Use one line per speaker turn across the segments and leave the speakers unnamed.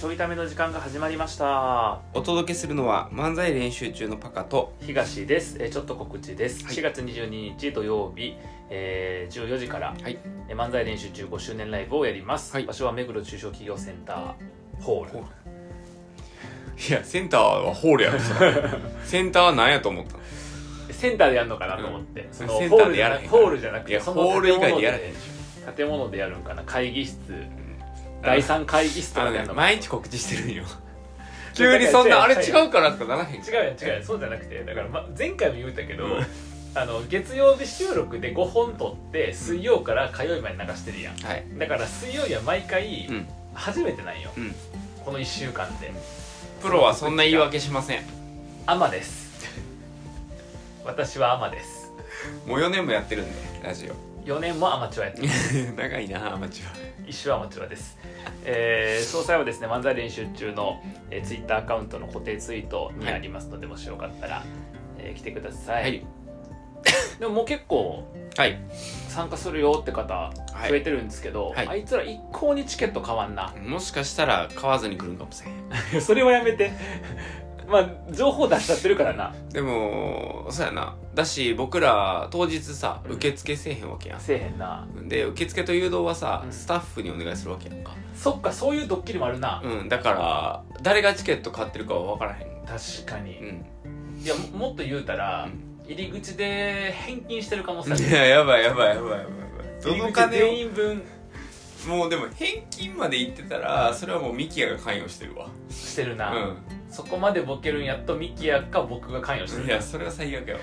ちょいための時間が始まりました
お届けするのは漫才練習中のパカと
東ですえーちょっと告知です、
はい
4月22日土曜日、えー14時から、
はい
えー漫才練習中5周年ライブをやります、
はい
場所は目黒中小企業センターホール
ホーいやセンターはホールや ろそれセンターは何やと思ったの
センターでやるのかなと思って、
うん
その
セン
ホ
タ
ー
ー
ル
で
じゃ
や
な
ら
く
へん
ホールじゃなく
い
て
や
その
ホール以外でやらへん
建
でし
物で建物でやるんかな会議室第3会議室と
ょあ
か
の
でや
ね
るのかな
毎日告知してるん よ急にそんなあれ違うからとかならへん
違うやん違うやんそうじゃなくてだから、ま、前回も言ったけど、
うん
あの月曜日収録で5本撮って水曜から火曜日まで流してるやん
はい
だから水曜日は毎回
うん
初めてなんよ、
うん
この1週間で
プロはそんな言い訳しません
「アマ です」私はアマです
もう4年もやってるんでラジオ
4年もアマチュアやってます
長いなアマチュ
一生アマチュアです、えー、詳細はですね漫才練習中の、えー、ツイッターアカウントの固定ツイートにありますので、もしよかったら、えー来てくださ、
はいはい
でももう結構
はい
参加するよって方
はい
増えてるんですけど、
はい
あいつら一向にチケット買わん な
もしかしたら買わずに来るんかもしれん
それはやめて まあ情報出しちゃってるからな
でもそうやなだし僕ら当日さ
うん
受付せえへんわけやん
せえへんな
で受付と誘導はさ、
うん
スタッフにお願いするわけやんか
そっかそういうドッキリもあるな、
うんだから誰がチケット買ってるかは分からへん
確か
う
に
ん
いやももっと言うたら、入り口で返金してる可能性ある
いややばいやばいやばいやばいど
入
の
り口
金
全
を
員分
もうでも返金まで行ってたらそれはもうミキヤが関与してるわ
してるな、
う
そこまでボケるんやっとミキやか僕が関与して
ん
る
いやそれは最悪やわ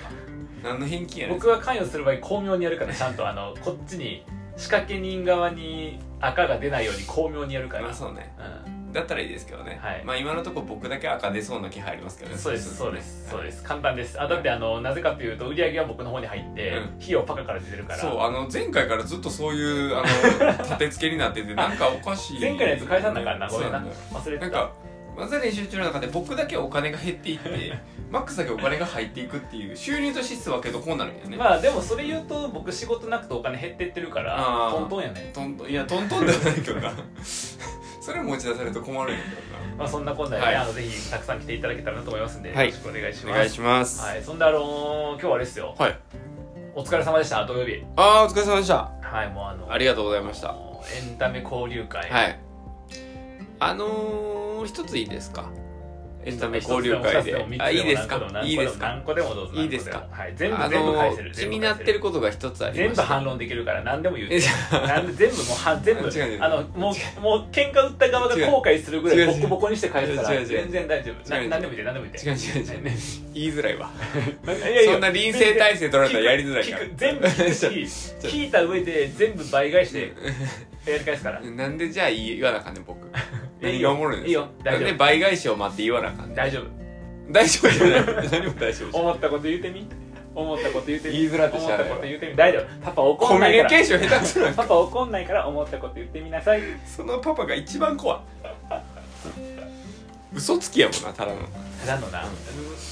何の返金やねん
僕が関与する場合巧妙にやるからちゃんとあのこっちに仕掛け人側に赤が出ないように巧妙にやるから、
まあそうね
う
だったらいいですけどね、
はい
まあ今のところ僕だけ赤出そうな気配ありますけどね
ん、そうですそうですそう
す
です簡単ですあだってあのなぜかというと売り上げは僕の方に入って、
うん
費用パカから出てるから
そうあの前回からずっとそういうあ の立て付けになっててなんかおかしい
前回のやつ返さんだからなごめんな
そう
忘れ
な
て
ん
た
か漫才練習中の中で僕だけお金が減っていって マックスだけお金が入っていくっていう収入と支出分けるとこうなるんだよね、
まあでもそれ言うと僕仕事なくてお金減ってってるから
あー
トントンやね
トントンいやトントンではないけどな それ持ち出されると困るんや
まあそんなこんなで、ね
はい
あのぜひたくさん来ていただけたらなと思いますんで、
はい
よろしくお願いし
け
ま
どな
す
します
は
はい、
い、そんであのー今日はあれですよお疲れ様でした土曜日
ああお疲れ様でした
はいもうあの
ありがとうございました
もうエンタメ交流会、
はいあのー、一ついいですかエンタメ交流会で
一つも二つも
あいいです
何個も
かいいですか
何個でもどうぞ
いいですか
何個もはい全部
あ
全部
の
返せる
ー、気になってることが一つあり
全
ま
部
し
反
て
論できるから何でも言う
えじゃ
なんで全部もうは全部
違う違う
あのもうもう喧嘩打った側が後悔するぐら
違
いうボ
違う
コボコにして返すから
違う違う
全然大丈夫な
違う違う
何でも言って何でも言って
違う違う違う
ね
言いづらいわ
ねいやいや
そんな臨戦態勢取られたらやりづらい
聞
か
く
ら
聞く全部聞くし
ちょ
聞いた上で全部倍返してやり返すから
なんでじゃあ言わなあかんね ん僕
やいい
何
よ
がおもろいん
いい
です
よ
か
大
な
丈
ん
夫
で倍返しを待って言わなあかんねん
大丈夫
大丈夫じゃない何も大丈夫じゃない
思ったこと言うてみ思ったこと言うてみ
言いづらくし
思
ち
っ
ゃ
た
う
こと言うてみ大丈夫パパ怒
コ
ん
ミ
な
ュ
い
ニ
か
ケ
ら
ーション下手くそなんか
パパ怒んないから思ったこと言ってみなさい
そのパパが一番怖い嘘つきやもんなただの
ただのな、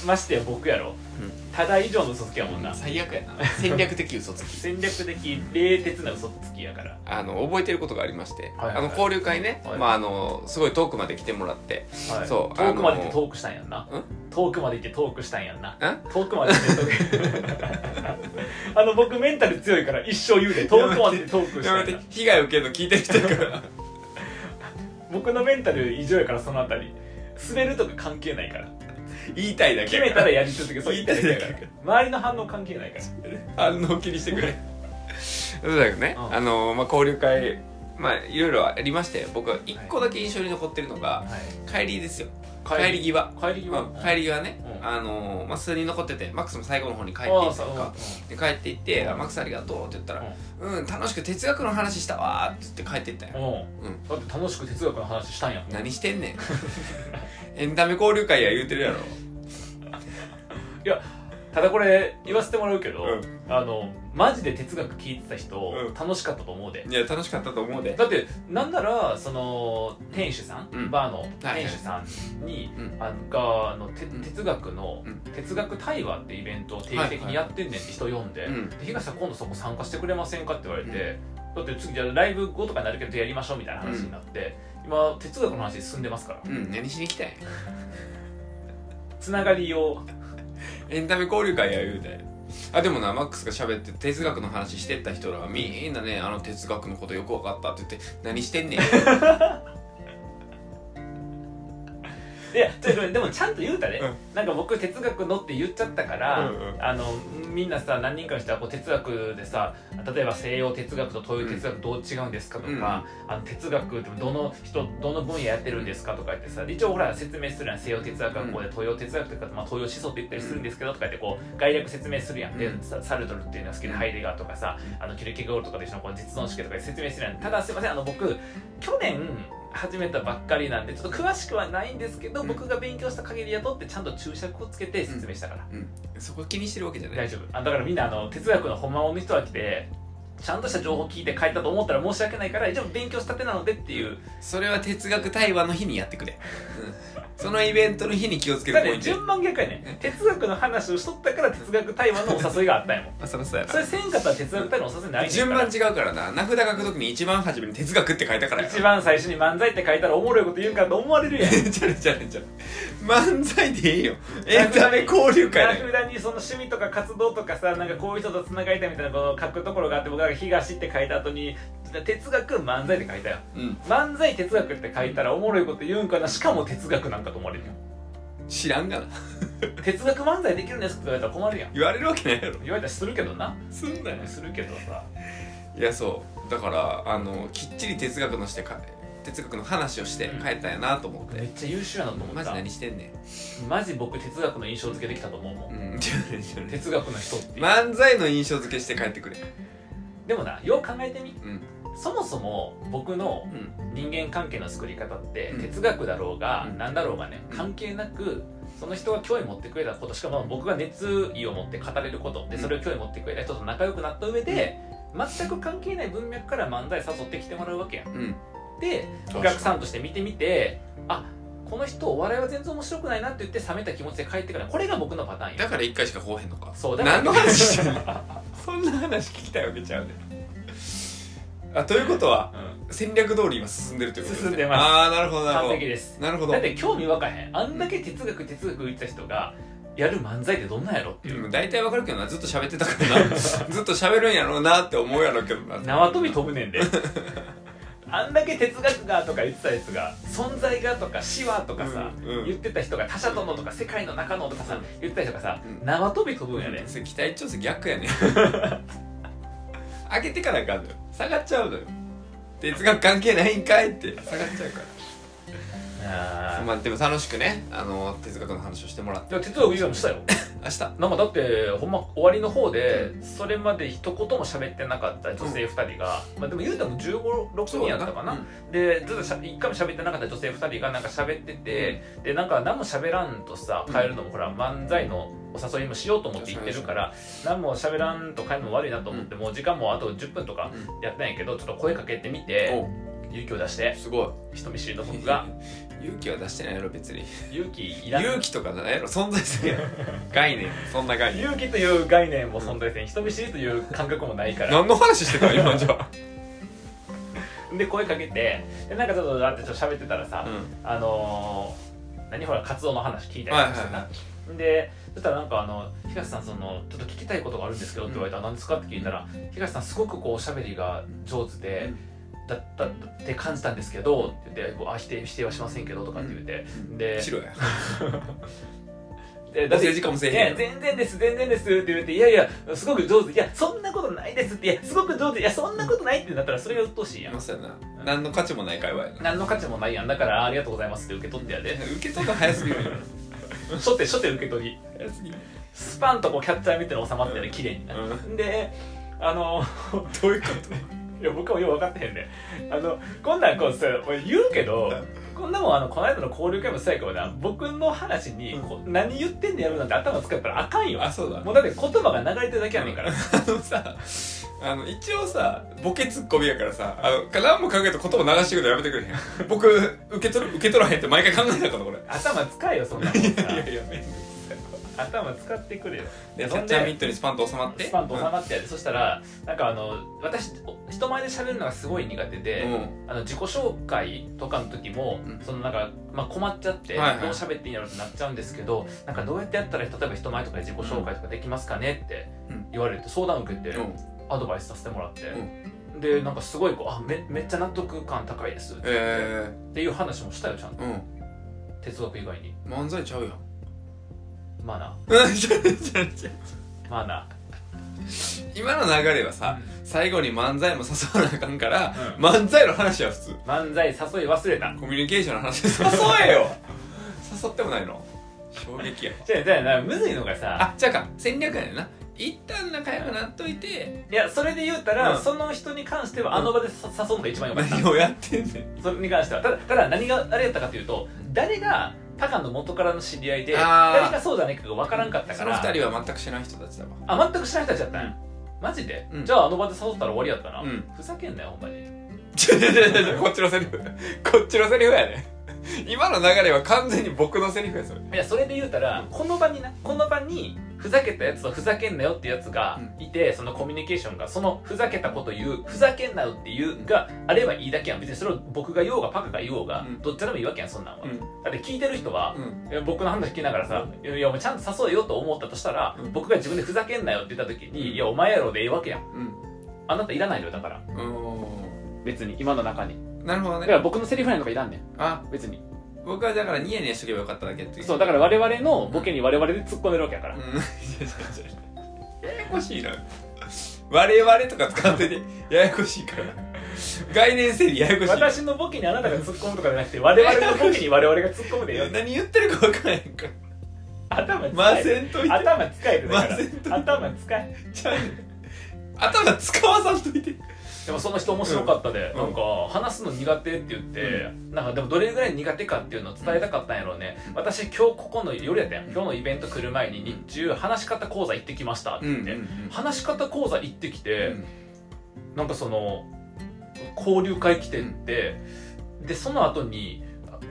ましてや僕やろ、
うん
ただ以上の嘘つきやもんな、
最悪やな戦略的嘘つき
戦略的冷徹な嘘つきやから
あの覚えてることがありまして、
はいはいはい
あの交流会ね、
はい
まああのすごい遠くまで来てもらって、
はい
そう
遠くまで行っ
あの
てトークしたんやんな、遠くまで行ってトークしたんやんなん遠くまで行ってトーク あの僕メンタル強いから一生言うで遠くまで行ってトークし
や
たんや
めて
な
被害受けるの聞いてる人やから
僕のメンタル異常やからそのあたり滑るとか関係ないから
言いたいだけ
決
やから
めたらやり続けそう言
言
っ
い
た
た
ら
い
や
だ
り
け
続け周りの反応関係ないから
反応気にしてくれそうだけどね、
うん
あのまあ交流会まあいろいろありまして僕は一個だけ印象に残ってるのが、帰りですよ帰り際
帰り際、
うん帰り際ね、
うん
あのまあ数人残っててマックスも最後の方に帰って
あ
い
あ
った
そう
の
うん
かで帰っていって「あマックスありがとう」って言ったら「うん、楽しく哲学の話したわ」って言って帰っていったよ、
うん
うん
だって楽しく哲学の話したんやもん
何してんね んエンタメ交流会や言うてるやろ
ただこれ言わせてもらうけど、
うん
あのマジで哲学聞いてた人、
うん
楽しかったと思うで
いや楽しかったと思うで
だってなんならその店主さん、
うん
バーの
はい
店主さんに、
うん
あのがあのて
うん
哲学の、
うん
哲学対話ってイベントを定期的にやってんねんって人呼んで、
うん
で東さん今度そこ参加してくれませんかって言われて、だって次じゃあライブ後とかになるけどやりましょうみたいな話になって、今哲学の話進んでますから
うん何しに来たんや
つながりを
エンタメ交流会や言うてあでもなマックスが喋って哲学の話してった人らはみんなねあの哲学のことよく分かったって言って何して んねん
いやちょっとでもちゃんと言うたね、
う
なんか僕哲学のって言っちゃったから、
うんうん
あのみんなさ何人かの人はこう哲学でさ例えば西洋哲学と東洋哲学どう違うんですかとか、あの哲学ってどの人どの分野やってるんですかとか言ってさ一応ほら説明するやん西洋哲学はこうで東洋哲学とか、まあ、東洋思想って言ったりするんですけどとか言ってこう概略説明するやん、で
うん
さサルトルっていうのが好きで、ハイデガーとかさあのキルケゴールとかで人のこう実存主義とかで説明するやんただすいませんあの僕去年始めたばっかりなんでちょっと詳しくはないんですけど、
うん
僕が勉強した限りやとってちゃんと注釈をつけて説明したから、
そこ気にしてるわけじゃない
大丈夫あだからみんなあの哲学の本物の人は来てちゃんとした情報聞いて帰ったと思ったら申し訳ないから一応勉強したてなのでっていう
それは哲学対話の日にやってくれ、うんそのイベントの日に気をつける
だっ
ポイ
て
ントや
順番逆やね哲学の話をしとったから哲学対話のお誘いがあったんやもん
あそらそうや
それせんかったら哲学対話のお誘いないねんから
順番違うからな名札書くときに一番初めに哲学って書いたからや
一番最初に漫才って書いたらおもろいこと言うからと思われるやん
ちゃれちゃれちゃれ漫才でいいよエンタメ交流会だよ
名札にその趣味とか活動とかさなんかこういう人とつながりたいみたいなことを書くところがあって僕が「東」って書いた後に哲学漫才って書いたよ
うん
漫才哲学って書いたらおもろいこと言うんかなしかも哲学なんかと思われるよ
知らんがな
哲学漫才できるんですって言われたら困るやん
言われるわけないやろ
言われたりするけどな
すんなよ
するけどさ
いやそうだからあのきっちり哲学のしてか哲学の話をして
うん
帰ったんやなと思って、
めっちゃ優秀やなと思
マ
っ
ジ
た
何してんね
マジ僕哲学の印象付けできたと思うもん
んうん ちょちょちょ
哲学の人っていう、
漫才の印象付けして帰ってくれ
でもなよう考えてみ
うん
そもそも僕の
うん
人間関係の作り方って
うん
哲学だろうが
うん
何だろうがね
うん
関係なくその人が興味持ってくれたことしかも僕が熱意を持って語れることで
うん
それを興味持ってくれた人と仲良くなった上で全く関係ない文脈から漫才誘ってきてもらうわけやん。
うん
でお客さんとして見てみてあこの人お笑いは全然面白くないなって言って冷めた気持ちで帰ってくるこれが僕のパターン
だ
や
から一回しか来おへんのか
そうだから
何の話してんの そんな話聞きたいわけちゃうねあということは
うん
戦略通り今進んでるということ
進んでます
ああなるほどなる
完
ほ
璧です
どなるほど
だって興味わかへんあんだけ哲学哲学言ってた人がやる漫才ってどんなんやろっていう
うん大体わかるけどなずっと喋ってたか らなずっと喋るんやろうなって思うやろうけどな
縄跳び飛ぶねん であんだけ哲学がとか言ってたやつが存在がとか死はとかさ、
うんうん
言ってた人が他者とのとか世界の中のとかさ言ってた人がさ、
うん
縄跳び飛ぶんやで、
それ期待調整逆やね上げてからあかんのよ下がっちゃうのよ哲学関係ないんかいって下がっちゃうから
あー
まあでも楽しくねあの哲学の話をしてもらって
でも哲学以外もしたよ
明日
なんかだってほんま終わりの方でそれまで一言も喋ってなかった女性2人が、まあ、でも言うても1516人やったかな、
うん
でずっとしゃ一回も喋ってなかった女性2人がなんか喋ってて、でなんか何も喋らんとさ帰るのもほら漫才のお誘いもしようと思って行ってるから何も喋らんと帰るのも悪いなと思って、もう時間もあと10分とかやったんやけどちょっと声かけてみて勇気を出し
お
て
すごい
人見知りの僕が
勇気は出してないやろ別に
勇気いらん
勇気とかないやろ存在するやろ概念そんな概念
勇気という概念も存在せん人見知りという感覚もないから
何の話してたの今じゃ あ
で声かけてでなんかちょっとだってちょっと喋ってたらさ、
うん
あのー何ほら活動の話聞いたりとかしてな、
はいは
でそしたらなんかあの「東さんそのちょっと聞きたいことがあるんですけど」って言われたら「何ですか?」って聞いたら「東さんすごくこうおしゃべりが上手で、だったって感じたんですけど」って言ってこうあ否定「否定はしませんけど」とかって言って、で
白や
で
だって時間もせえへんや
いや
ろ
全然です全然ですって言っていやいやすごく上手いやそんなことないですっていやすごく上手いやそんなことないってなったらそれが鬱陶しいやん
まさやな何の価値もない会話やな
何の価値もないやんだからありがとうございますって受け取ってやで
受け取るの早すぎるよ
初手初手受け取り
早すぎる
スパンとこうキャッチャーみたいに収まってね綺麗にな、であの
どういうこ
いや僕もよう分かってへんであのこんなんこうさ俺言うけどこんなもんあのこの間の交流会もそうやけどな僕の話にこう何言ってんのやるなんて頭使ったらあかんよ
とあそうだ
もうだって言葉が流れてるだけやねんから
あのさあの一応さボケツッコミやからさあの何も考えて言葉流してくるのやめてくれへん僕受け取る受け取らへんって毎回考えたからこれ
頭使えよそんなもん
い
さ
やいやめんどくさい
頭使ってくれよ
で
で
キャッチャーミットにスパンと収まって
スパンと収まってやで、そしたらなんかあの私お人前で喋るのがすごい苦手で、
うん
あの自己紹介とかの時も、
うん
そのなんか、まあ、困っちゃって、
はいはい
どう喋っていいんだろうってなっちゃうんですけどなんかどうやってやったら例えば人前とかで自己紹介とかできますかねって
うん
言われて相談受けて、
うん
アドバイスさせてもらって、
う
でなんかすごいこうあめめっちゃ納得感高いですって,、
え
っていう話もしたよちゃんと
ー、うん
哲学以外に
漫才ちゃうやん
マナ
うんちゃうちゃうちゃう
ーマナ
今の流れは
ー
さ、最後に漫才も誘わなあかんから、
うん
漫才の話は普通
漫才誘い忘れた
コミュニケーションの話誘えよ誘ってもないの衝撃や
じゃあじゃあむずいのがさ
あじゃあか戦略やねんな一旦仲良くなっといて
いやそれで言うたら、
うん
その人に関してはあの場でさ誘うのが一番良かった
何をやってんねん
それに関してはただただ何があれやったかというと誰がタカの元からの知り合いで
あー
誰がそうじゃないかが分からんかった
そ
か
の
ら
二人は全く知らない人たちだわ
あ全く知らない人たちだったん
うん
やマジで、
うん
じゃああの場で誘ったら終わりやったな、
うん
ふざけんなよほんまに
ちょちょちょちょこっちのセリフこっちのセリフやね今の流れは完全に僕のセリフやそれ
いやそれで言うたらこの場になこの場にふざけたやつとふざけんなよってやつがいて、そのコミュニケーションがそのふざけたこと言うふざけんなよっていうがあればいいだけやん別にそれを僕が言おうがパカが言おうが、
うん
どっちでもいいわけやんそんなんは、
うん
だって聞いてる人は
う、ん
いや僕の話聞きながらさ「いやいやお前ちゃんと誘えよ」と思ったとしたら、
うん
僕が自分でふざけんなよって言った時に「
うん
いやお前やろ」でええわけやん
うん
あなたいらないのよだから
うー
別に今の中に
んなるほど
だ
ね
から僕のセリフなんかいらんねん
あ
別に
僕はだからニヤニヤしとけばよかっただけってい
そうだから我々のボケに我々で突っ込めるわけやから、
うんややこしいな我々とか使っててややこしいから概念整理ややこしい
私のボケにあなたが突っ込むとかじゃなくて我々のボケに我々が突っ込むでよ
何言ってるか分からへんから
頭使
ま
える
せんといて
頭使えるだ
ません
か
と
ら頭使え
ちゃうねん頭使わさんといて
でもその人面白かったで、
うん
なんか話すの苦手って言って、なんかでもどれぐらい苦手かっていうのを伝えたかったんやろうね、
うん
私今日ここの夜やったやん
うん
今日のイベント来る前に日中話し方講座行ってきましたって言って、話し方講座行ってきて、なんかその交流会来てって、でその後に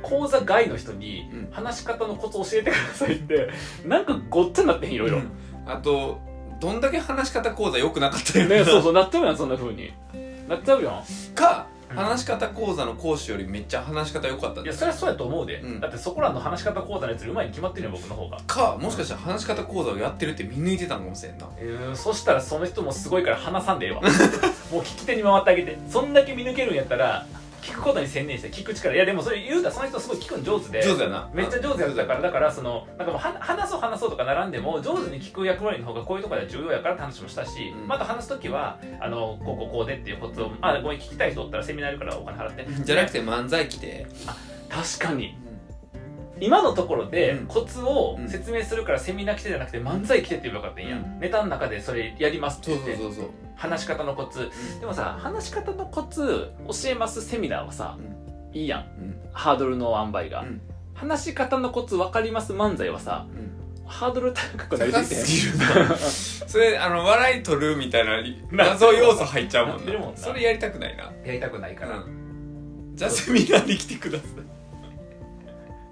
講座外の人に
うん
話し方のコツ教えてくださいってなんかごっちゃになってへんいろいろ、
あとどんだけ話し方講座良くなかったよ
ねそうそうなっちゃうやんそんな風になっちゃうやん
か
うん
話し方講座の講師よりめっちゃ話し方良かった
いやそれはそうやと思うで、
うん
だってそこらの話し方講座のやつうまいに決まってるよ僕の方が
かもしかしたら話し方講座をやってるって見抜いてたのかもしれんな
えー、そしたらその人もすごいから話さんでええ わもう聞き手に回ってあげてそんだけ見抜けるんやったら聞くことに専念して聞く力いやでもそれ言うたらその人すごい聞くの上手で
上手やな
めっちゃ上手やったからだからそのなんかもうは話そう話そうとか並んでも上手に聞く役割の方がこういうところでは重要やからって話もしたし、
うん
また話す時はあのこうこうこうでっていうコツを、あごめん聞きたい人おったらセミナーあるからお金払って
じゃなくて漫才来て
確かに今のところで
うん
コツを説明するからセミナー来てじゃなくて漫才来てって言えばよかったんや、
うん
ネタの中でそれやりますって
そう
言っ
そう
て
そうそう
話し方のコツでもさ話し方のコツ教えますセミナーはさ、いいやん
うん
ハードルの塩梅が、
うん
話し方のコツ分かります漫才はさ
うん
ハードル高くなり
高
すぎて
すぎるな それあの笑い取るみたいな
な
謎要素入っちゃうも
なんって
な
るもんな
それやりたくないな
やりたくないから、
うんじゃあセミナーに来てください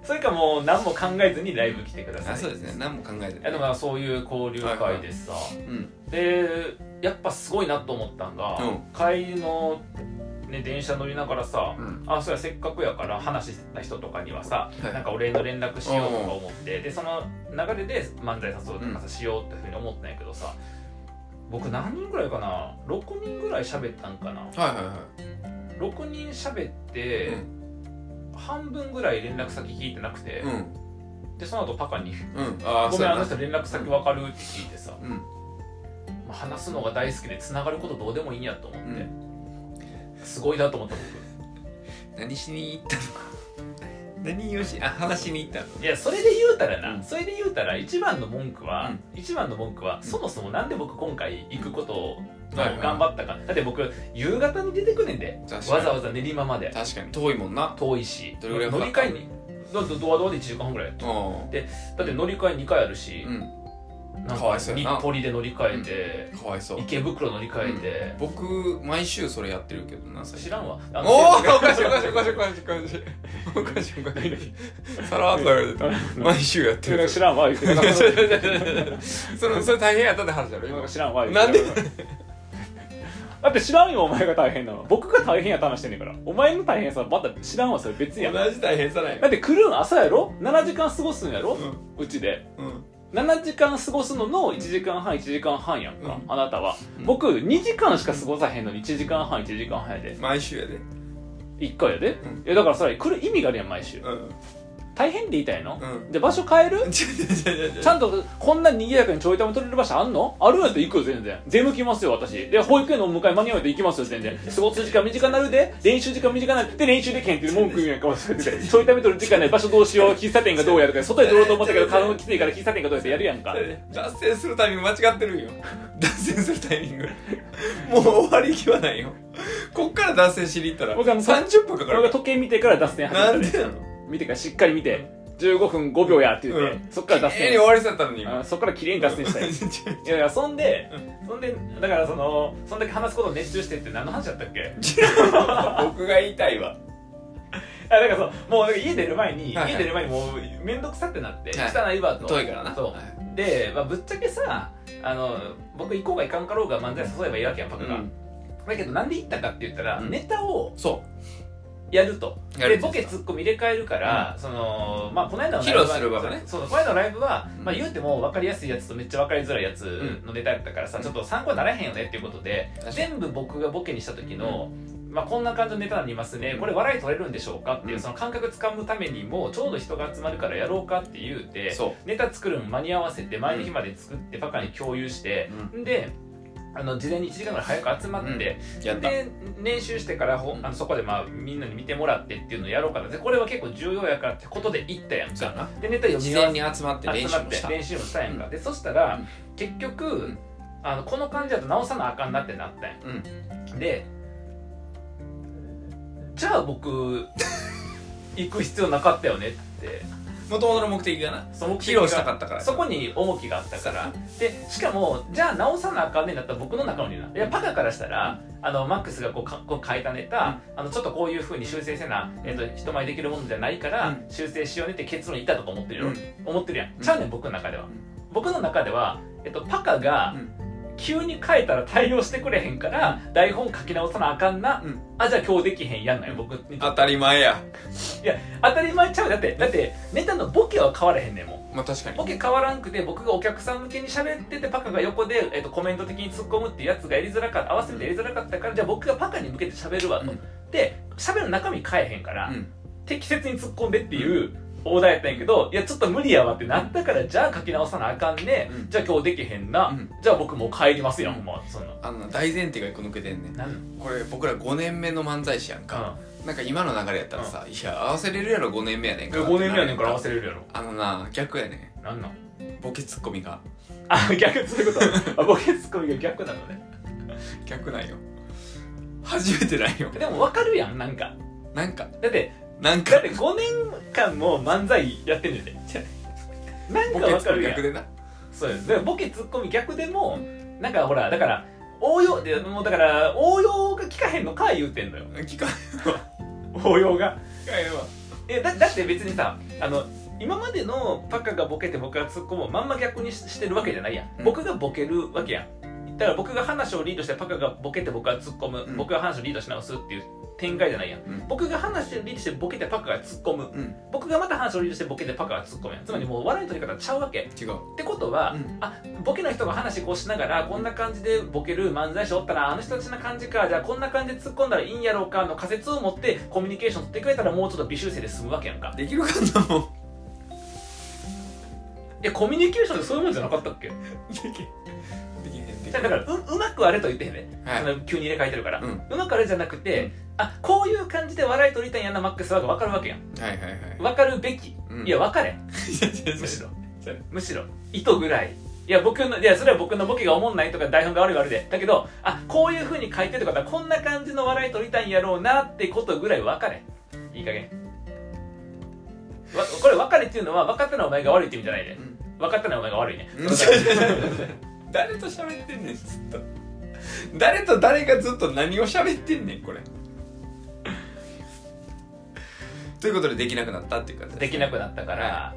それかもう何も考えずにライブ来てください
あそうですね何も考えて
い
な
や
い
でもまあそういう交流会でさ、
うん
でやっぱすごいなと思ったんが、
うん
帰りの、ね、電車乗りながらさ、
うん
あそうやせっかくやから話した人とかにはさ、
はい
なんかお礼の連絡しようとか思って、でその流れで漫才誘うとか
う
さしようってふうに思ったんやけどさ僕何人ぐらいかな6人ぐらい喋ったんかな
はいはいはい
6人喋って、半分ぐらい連絡先聞いてなくて
う、ん
でその後パカに
う
「
んああ
ご
そう
めん
や
あの
な
人連絡先わかる?」って聞いてさ、
うん
まあ話すのが大好きでつながることどうでもいいんやと思って、
う
すごいなと思った
何しに行ったの 何をしあ話しに行ったの
僕いやそれで言うたらな、
うん
それで言うたら一番の文句は、
う
一番の文句は、そもそもなんで僕今回行くことを
うんはいはい
頑張ったか、だって僕夕方に出てくねんでわ
確
ざ
かに
わざ練馬まで
確かに遠いもんな
遠いし
どれ
乗
ぐら
り
いかかった
換えにだってドアドアで1時間半ぐらい
うん
だって乗り換え2回あるし、
うん
なん
かわ
か
いそう
日
やな
暮里で乗り換え
かわいそ
て、
う
池袋乗り換え
僕毎週それやってるけどな
て、
最
知
近
らんわ。
お
あの
おーお
生
かし
徒
いお
が
かしいおかしいおかしいおかしいおかしいおかしいさらっと言われてた毎週やって る
知らんわ言ってる
それそれ大変やったって話だろ今
知らんわ
なんで
だって知らんよお前が大変なの僕が大変やった話してんねんからお前の大変さまた知らんわそれ別やんだ
同じ大変さない
って来るん朝やろ7時間過ごすんやろ、うちで
うん
7時間過ごすのの1時間半1時間半やんか、
う
あなたは、
うん
僕2時間しか過ごさへんのに1時間半1時間半やで
毎週やで
1回やで、
うん
いやだからそれ来る意味があるやん毎週、
うん
大変って言いたいの、
うん
で場所変える
ちょちょちょちょ
ちゃんとこんなにぎやかにちょい玉取れる場所あんのあるやったら行くよ全然税務来ますよ私で保育園のお迎え間に合うと行きますよ全然過ごす時間短なるで練習時間短なるで練習できへんって文句言うんやんかもしれないちょい玉取る時間ない場所どうしよう喫茶店がどうやとか外で取ろうと思ったけど顔のきついから喫茶店がどうやってやるやんか
脱線するタイミング間違ってるんよ脱線するタイミングもう終わりきはないよこっから脱線しに行ったら
僕あの
30分
俺
かか
が
るか
時計見てから脱線
ら
始
なん
めた
で
で
なの
見てからしっかり見て15分5秒やって言って、
う
そっから脱
綺麗に
線
終わりそうやったのに
あ
今
そっから綺麗に脱線したいいやいやそんで、そんでだからそのそんだけ話すことを熱中してって何の話だったっけ
僕が言いたいわ
あだからそうもうなんか家出る前に、
はいはい
家出る前にもう面倒くさってなって、
は
汚いわと
遠いからな
そう、
はい
で、まあ、ぶっちゃけさあの僕行こうが行かんかろうが漫才誘えばいいわけやんパクが、
うん
だけどなんで行ったかって言ったら、
うん
ネタを
そ
やると
やる
でボケツッコミ入れ替えるから、そのまあこの間のライブ
披露する場がね
そうそうこの間のライブは、
うん
まあ言うても分かりやすいやつとめっちゃ分かりづらいやつのネタやったからさ、
うん
ちょっと参考にならへんよねっていうことで
確かに
全部僕がボケにした時の、まあこんな感じのネタになりますねこれ笑い取れるんでしょうかっていう、
うん
その感覚つかむためにもちょうど人が集まるからやろうかって言う
う
て
そ
ネタ作るの間に合わせて前の日まで作ってパカに共有して、であの事前に1時間ぐらい早く集まって、
うんうやった
で練習してからほ
うん
あのそこでまあみんなに見てもらってっていうのをやろうかなでこれは結構重要やからってことで行ったやん
そう
か
やな
でネタ読み
事
合わ
前
せ
に集まって練
集
習
まっ
もしてた
練習もしたやんか、
う
でそしたら、
うん
結局、
ん
あのこの感じだと直さなあかんなってなったやん
うん
でじゃあ僕行く必要なかったよねって
もともとの目的がな
その
披露したかったから
そこに重きがあったからでしかもじゃあ直さなあかんねんだったら僕の中の理由ないやパカからしたら、あのマックスがこうかこう変えたネタ、あのちょっとこういうふうに修正せな、えっと人前できるものじゃないから、
うん
修正しようねって結論言ったとか思ってるよ、
うん
思ってるやん、
ん
ちゃうねん僕の中では、
うん
僕の中では、えっと、パカが
うん
急に変えたら対応してくれへんから、台本書き直さなあかんな、
うん
あじゃあ今日できへんやんない僕にと
当
って
たり前や
当たり前ちゃうだってだってネタのボケは変わらへんねんもん
まあ確かに
ボケ変わらんくて僕がお客さん向けに喋っててパカが横で、えっとコメント的に突っ込むっていうやつがやりづらかった合わせてやりづらかったからじゃあ僕がパカに向けて喋るわと、
うん
で喋る中身変えへんから、
うん
適切に突っ込んでっていうオーダーやったんやけどいやちょっと無理やわってなったからじゃあ書き直さなあかんね、
うん
じゃあ今日できへんな、
うん
じゃあ僕もう帰りますよ、
うん
ほんまその
あのな大前提が一個抜けてんねん
なん
これ僕ら5年目の漫才師やんか、なんか今の流れやったらさ、いや合わせれるやろ5年目やねんから
5年目やねんから合わせれるやろ
あのな逆やね
なんなん
んボケツッコミが
あ逆そういうことあボケツッコミが逆なのね
逆なんよ初めてなんよ
でも分かるやんなんか
なんか
だって
なん
だっ
か
て5年間も漫才やってんねんでなん
ボ
か
ケ
わ
ツ
か
ッコ
る
ミ
や
逆
ん
でな
そうですだからボケツッコミ逆でもなんかほらだから応用でもうだから応用が効かへんのか言うてんのよ
聞か
応用が
へんわ
えだだって別にさあの今までのパカがボケて僕がツッコむをまんま逆にししてるわけじゃないやん、
うん
僕がボケるわけやんだから僕が話をリードしてパカがボケて僕がツッコむ、
うん
僕が話をリードし直すっていう展開じゃないやん、
うん
僕が話をリードしてボケてパカがツッコむ、
うん
僕がまた話をリードしてボケてパカが突っ込むやんつまりもう笑いの取り方ちゃうわけ
違う
ってことは、
うん
あボケの人が話こうしながらこんな感じでボケる漫才師おったらあの人たちな感じかじゃあこんな感じで突っ込んだらいいんやろうかの仮説を持ってコミュニケーション取ってくれたらもうちょっと微修正で済むわけやんか
できるかなもう
いやコミュニケーションってそういうもんじゃなかったっけ
できでき へんでき
だ
へん
からううまくあれと言ってへんね、そ
はい
の急に入れ替えてるから、
う
うんまくあれじゃなくて、あこういう感じで笑い取りたいんやなマックスはが分かるわけやん
はいはいはい
分かるべき、
うん
い や分かれん むしろむしろ糸ぐらいいや僕のいやそれは僕のボケがおもんないとか台本が悪い悪いでだけどあこういうふうに書いてるってことはこんな感じの笑い取りたいんやろうなってことぐらい分かれいい加減わこれ分かれっていうのは分かったのはお前が悪いって意味じゃないで
うん
分分かったのはお前が悪いね
うん誰と喋ってんねんずっと誰と誰がずっと何を喋ってんねんこれということでできなくなったっていう感じ
できなくなったから、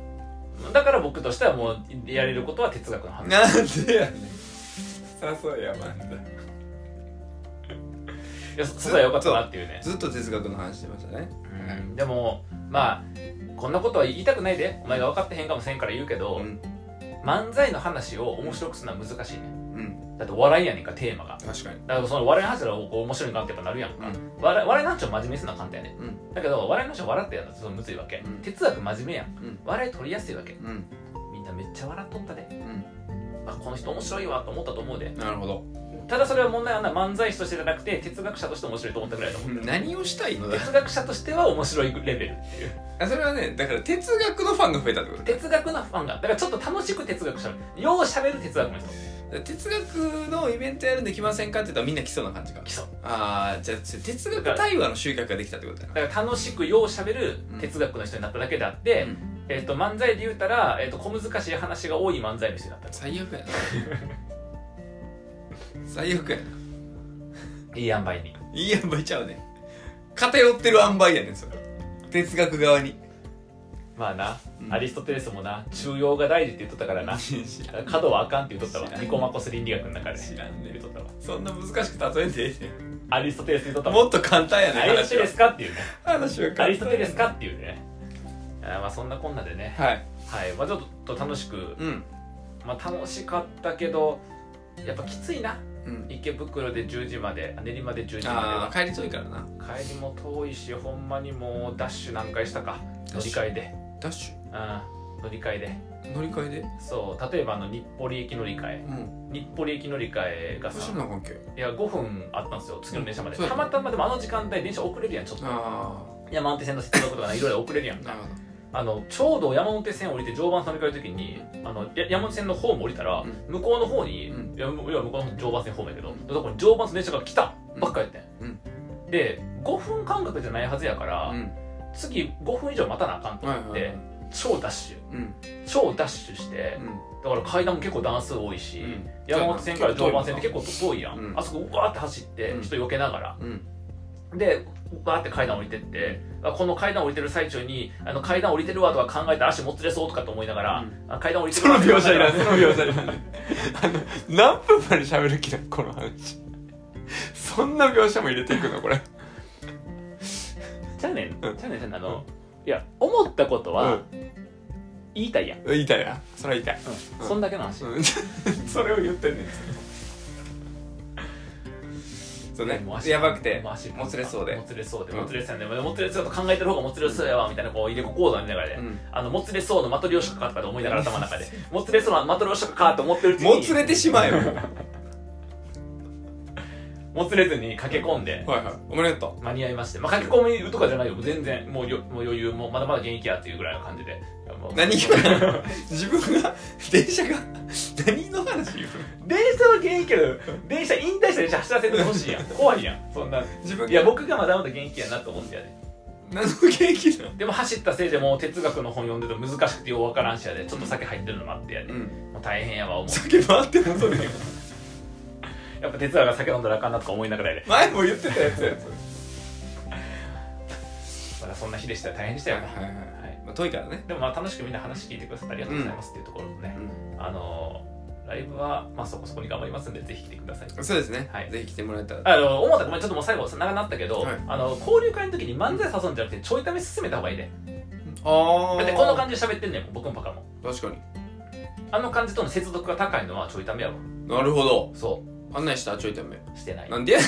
は
だから僕としてはもうやれることは哲学の話
なんでやねん誘いやまんだ
いやそそしたらよかったなっていうね
ずっと哲学の話してましたね
うんでもまあこんなことは言いたくないでお前が分かってへんかもせんから言うけど、
うん
漫才の話を面白くするのは難しいね
うん
だってお笑いやねんかテーマが
確かに
だからその笑いの話だろこう面白いなってやっぱなるやんか、
う
笑い笑いの話を真面目にするのは簡単やね
うん
だけど笑いの話を笑ってやるのはすごいむずいわけ、
うん
哲学真面目やん
うん
笑い取りやすいわけ
うん
みんなめっちゃ笑っとったで
う
あこの人面白いわと思ったと思うで
んなるほど
ただそれは問題はな漫才師としてじゃなくて哲学者として面白いと思ったぐらいだと思う
何をしたいのだ
哲学者としては面白いレベルっていう
あそれはねだから哲学のファンが増えたってことだ
哲学のファンがだからちょっと楽しく哲学しゃべるようしゃべる哲学の人
から哲学のイベントやるんで来ませんかって言ったらみんな来そうな感じか
基礎
ああじゃあ哲学対話の集客ができたってことだな
だから楽しくようしゃべる哲学の人になっただけであって、
うん
えっと漫才で言うたら、えっと小難しい話が多い漫才の人になった
最悪やな最悪やない
い塩梅に
いい塩梅ちゃうね偏ってる塩梅やねんそれ哲学側に
まあな、
うん
アリストテレスもな中央が大事って言っとったからな
知らん
角はあかんって言っとった
知
わ
らん
ニコマコス倫理学の中で
知らんね
言っとったわ
そんな難しく例えてええね
アリストテレス言っとった
ん
わ
もっと簡単やね
ア
ん
リスト
話
テレ
は
スかっていうね
話は簡単
アリストテレスかっていうねあーまあそんなこんなでね
はい
はいまあちょっと楽しく
うん
まあ楽しかったけどやっぱきついな
うん
池袋で10時まであ練馬で10時
あ
ま
あ帰り遠いからな
では帰りも遠いしほんまにもうダッシュ何回したか乗り換えで
ダッシ
うん乗り換えで
ュ乗り換えで
そう例えばあの日暮里駅乗り換え
うん
日暮里駅乗り換えが
私
さ
の関係
いや5分あったんですよ次の電車まで、
うんそ
た
うや
またまでもあの時間帯電車遅れるやんちょっと
あ
山手線の接続とかないろいろ遅れるやん
あな
か
るほど
あのちょうど山手線降りて常磐線乗り換える時にあのや山手線の方も降りたら、
うん
向こうの方に、
う
いやむいや向こうの方常磐線方面やけど、そこに常磐線の電車が来たばっかやってん、
うん
で5分間隔じゃないはずやから、
うん
次5分以上待たなあかんと
は
思
い
っ
はい
て、
はい
超ダッシュ
うん
超ダッシュして、だから階段も結構段数多いし、
うん
山手線から常磐線って結構遠いやん、
うん
あそこわーって走って
うん
人避けながら、
うん
でバーって階段降りてってあこの階段降りてる最中にあの階段降りてるわとか考えたら足もつれそうとかと思いながら、あ階段降りて
そ
るわ
の描写いらん
と
その
か
描写いらんあの何分まで喋る気だこの話そんな描写も入れていくのこれ
じゃあね
うん
じゃあねじゃあねあの、いや思ったこと
う
は
ん
言いたいやん、
言いたいなそれは言いたい、うん
そんだけの話、
うん それを言ってんねんそうね
もう足
やばくて
もう足
もつれそうで
もつれそうで
うん
もつれそうやねもつれそうと考えてる方がもつれそうやわみたいなこう入れ子講座見ながらで、
うん
あのもつれそうのマトリョーシカかとかと思いながら頭の中でもつれそうのマトリョーシカかと思ってるうちに
もつれてしま えよも
も
う
つれずに駆け込んで、
はいはいおめでと
間に合いまして、まあ、駆け込みとかじゃないよ全然もうよもう余裕もうまだまだ現役やっていうぐらいの感じでいやもう
う何言うの自分が 電車が何の話言うの
電車は現役やけど電車引退した電車走らせてほしいやん怖いやんそんな
自分
いや僕がまだまだ現役やなと思ってやで
何の元気なの
でも走ったせいでもう哲学の本読んでると難しくてようわからんしやでちょっと酒入ってるのもあってやで、
うん
もう大変やわ思う
酒回ってもそれ
やっぱ哲学が酒飲んだらあかんなとか思いながらやで
前も言ってたやつやつ
まだそんな日でしたよ大変でしたよ、
はいはい
はい、
まあ、遠いからね、
でもまあ楽しくみんな話聞いてくださってありがとうございますっていうところもね、あのーライブは、まあ、そこそこに頑張りますんで、ぜひ来てください。
そうですね、
はい
ぜひ来てもらえたら
あの思ったごめんちょっともう最後長くなったけど、
はい
あの交流会の時に漫才誘うんじゃなくてちょいため進めた方がいいね
あ
だってこの感じで喋ってんねんもん僕もパカも
じ確か
あの感じとの接続が高いのはちょいためやわ
になるほど
そ
案内したちょいため
うしてない
なんでや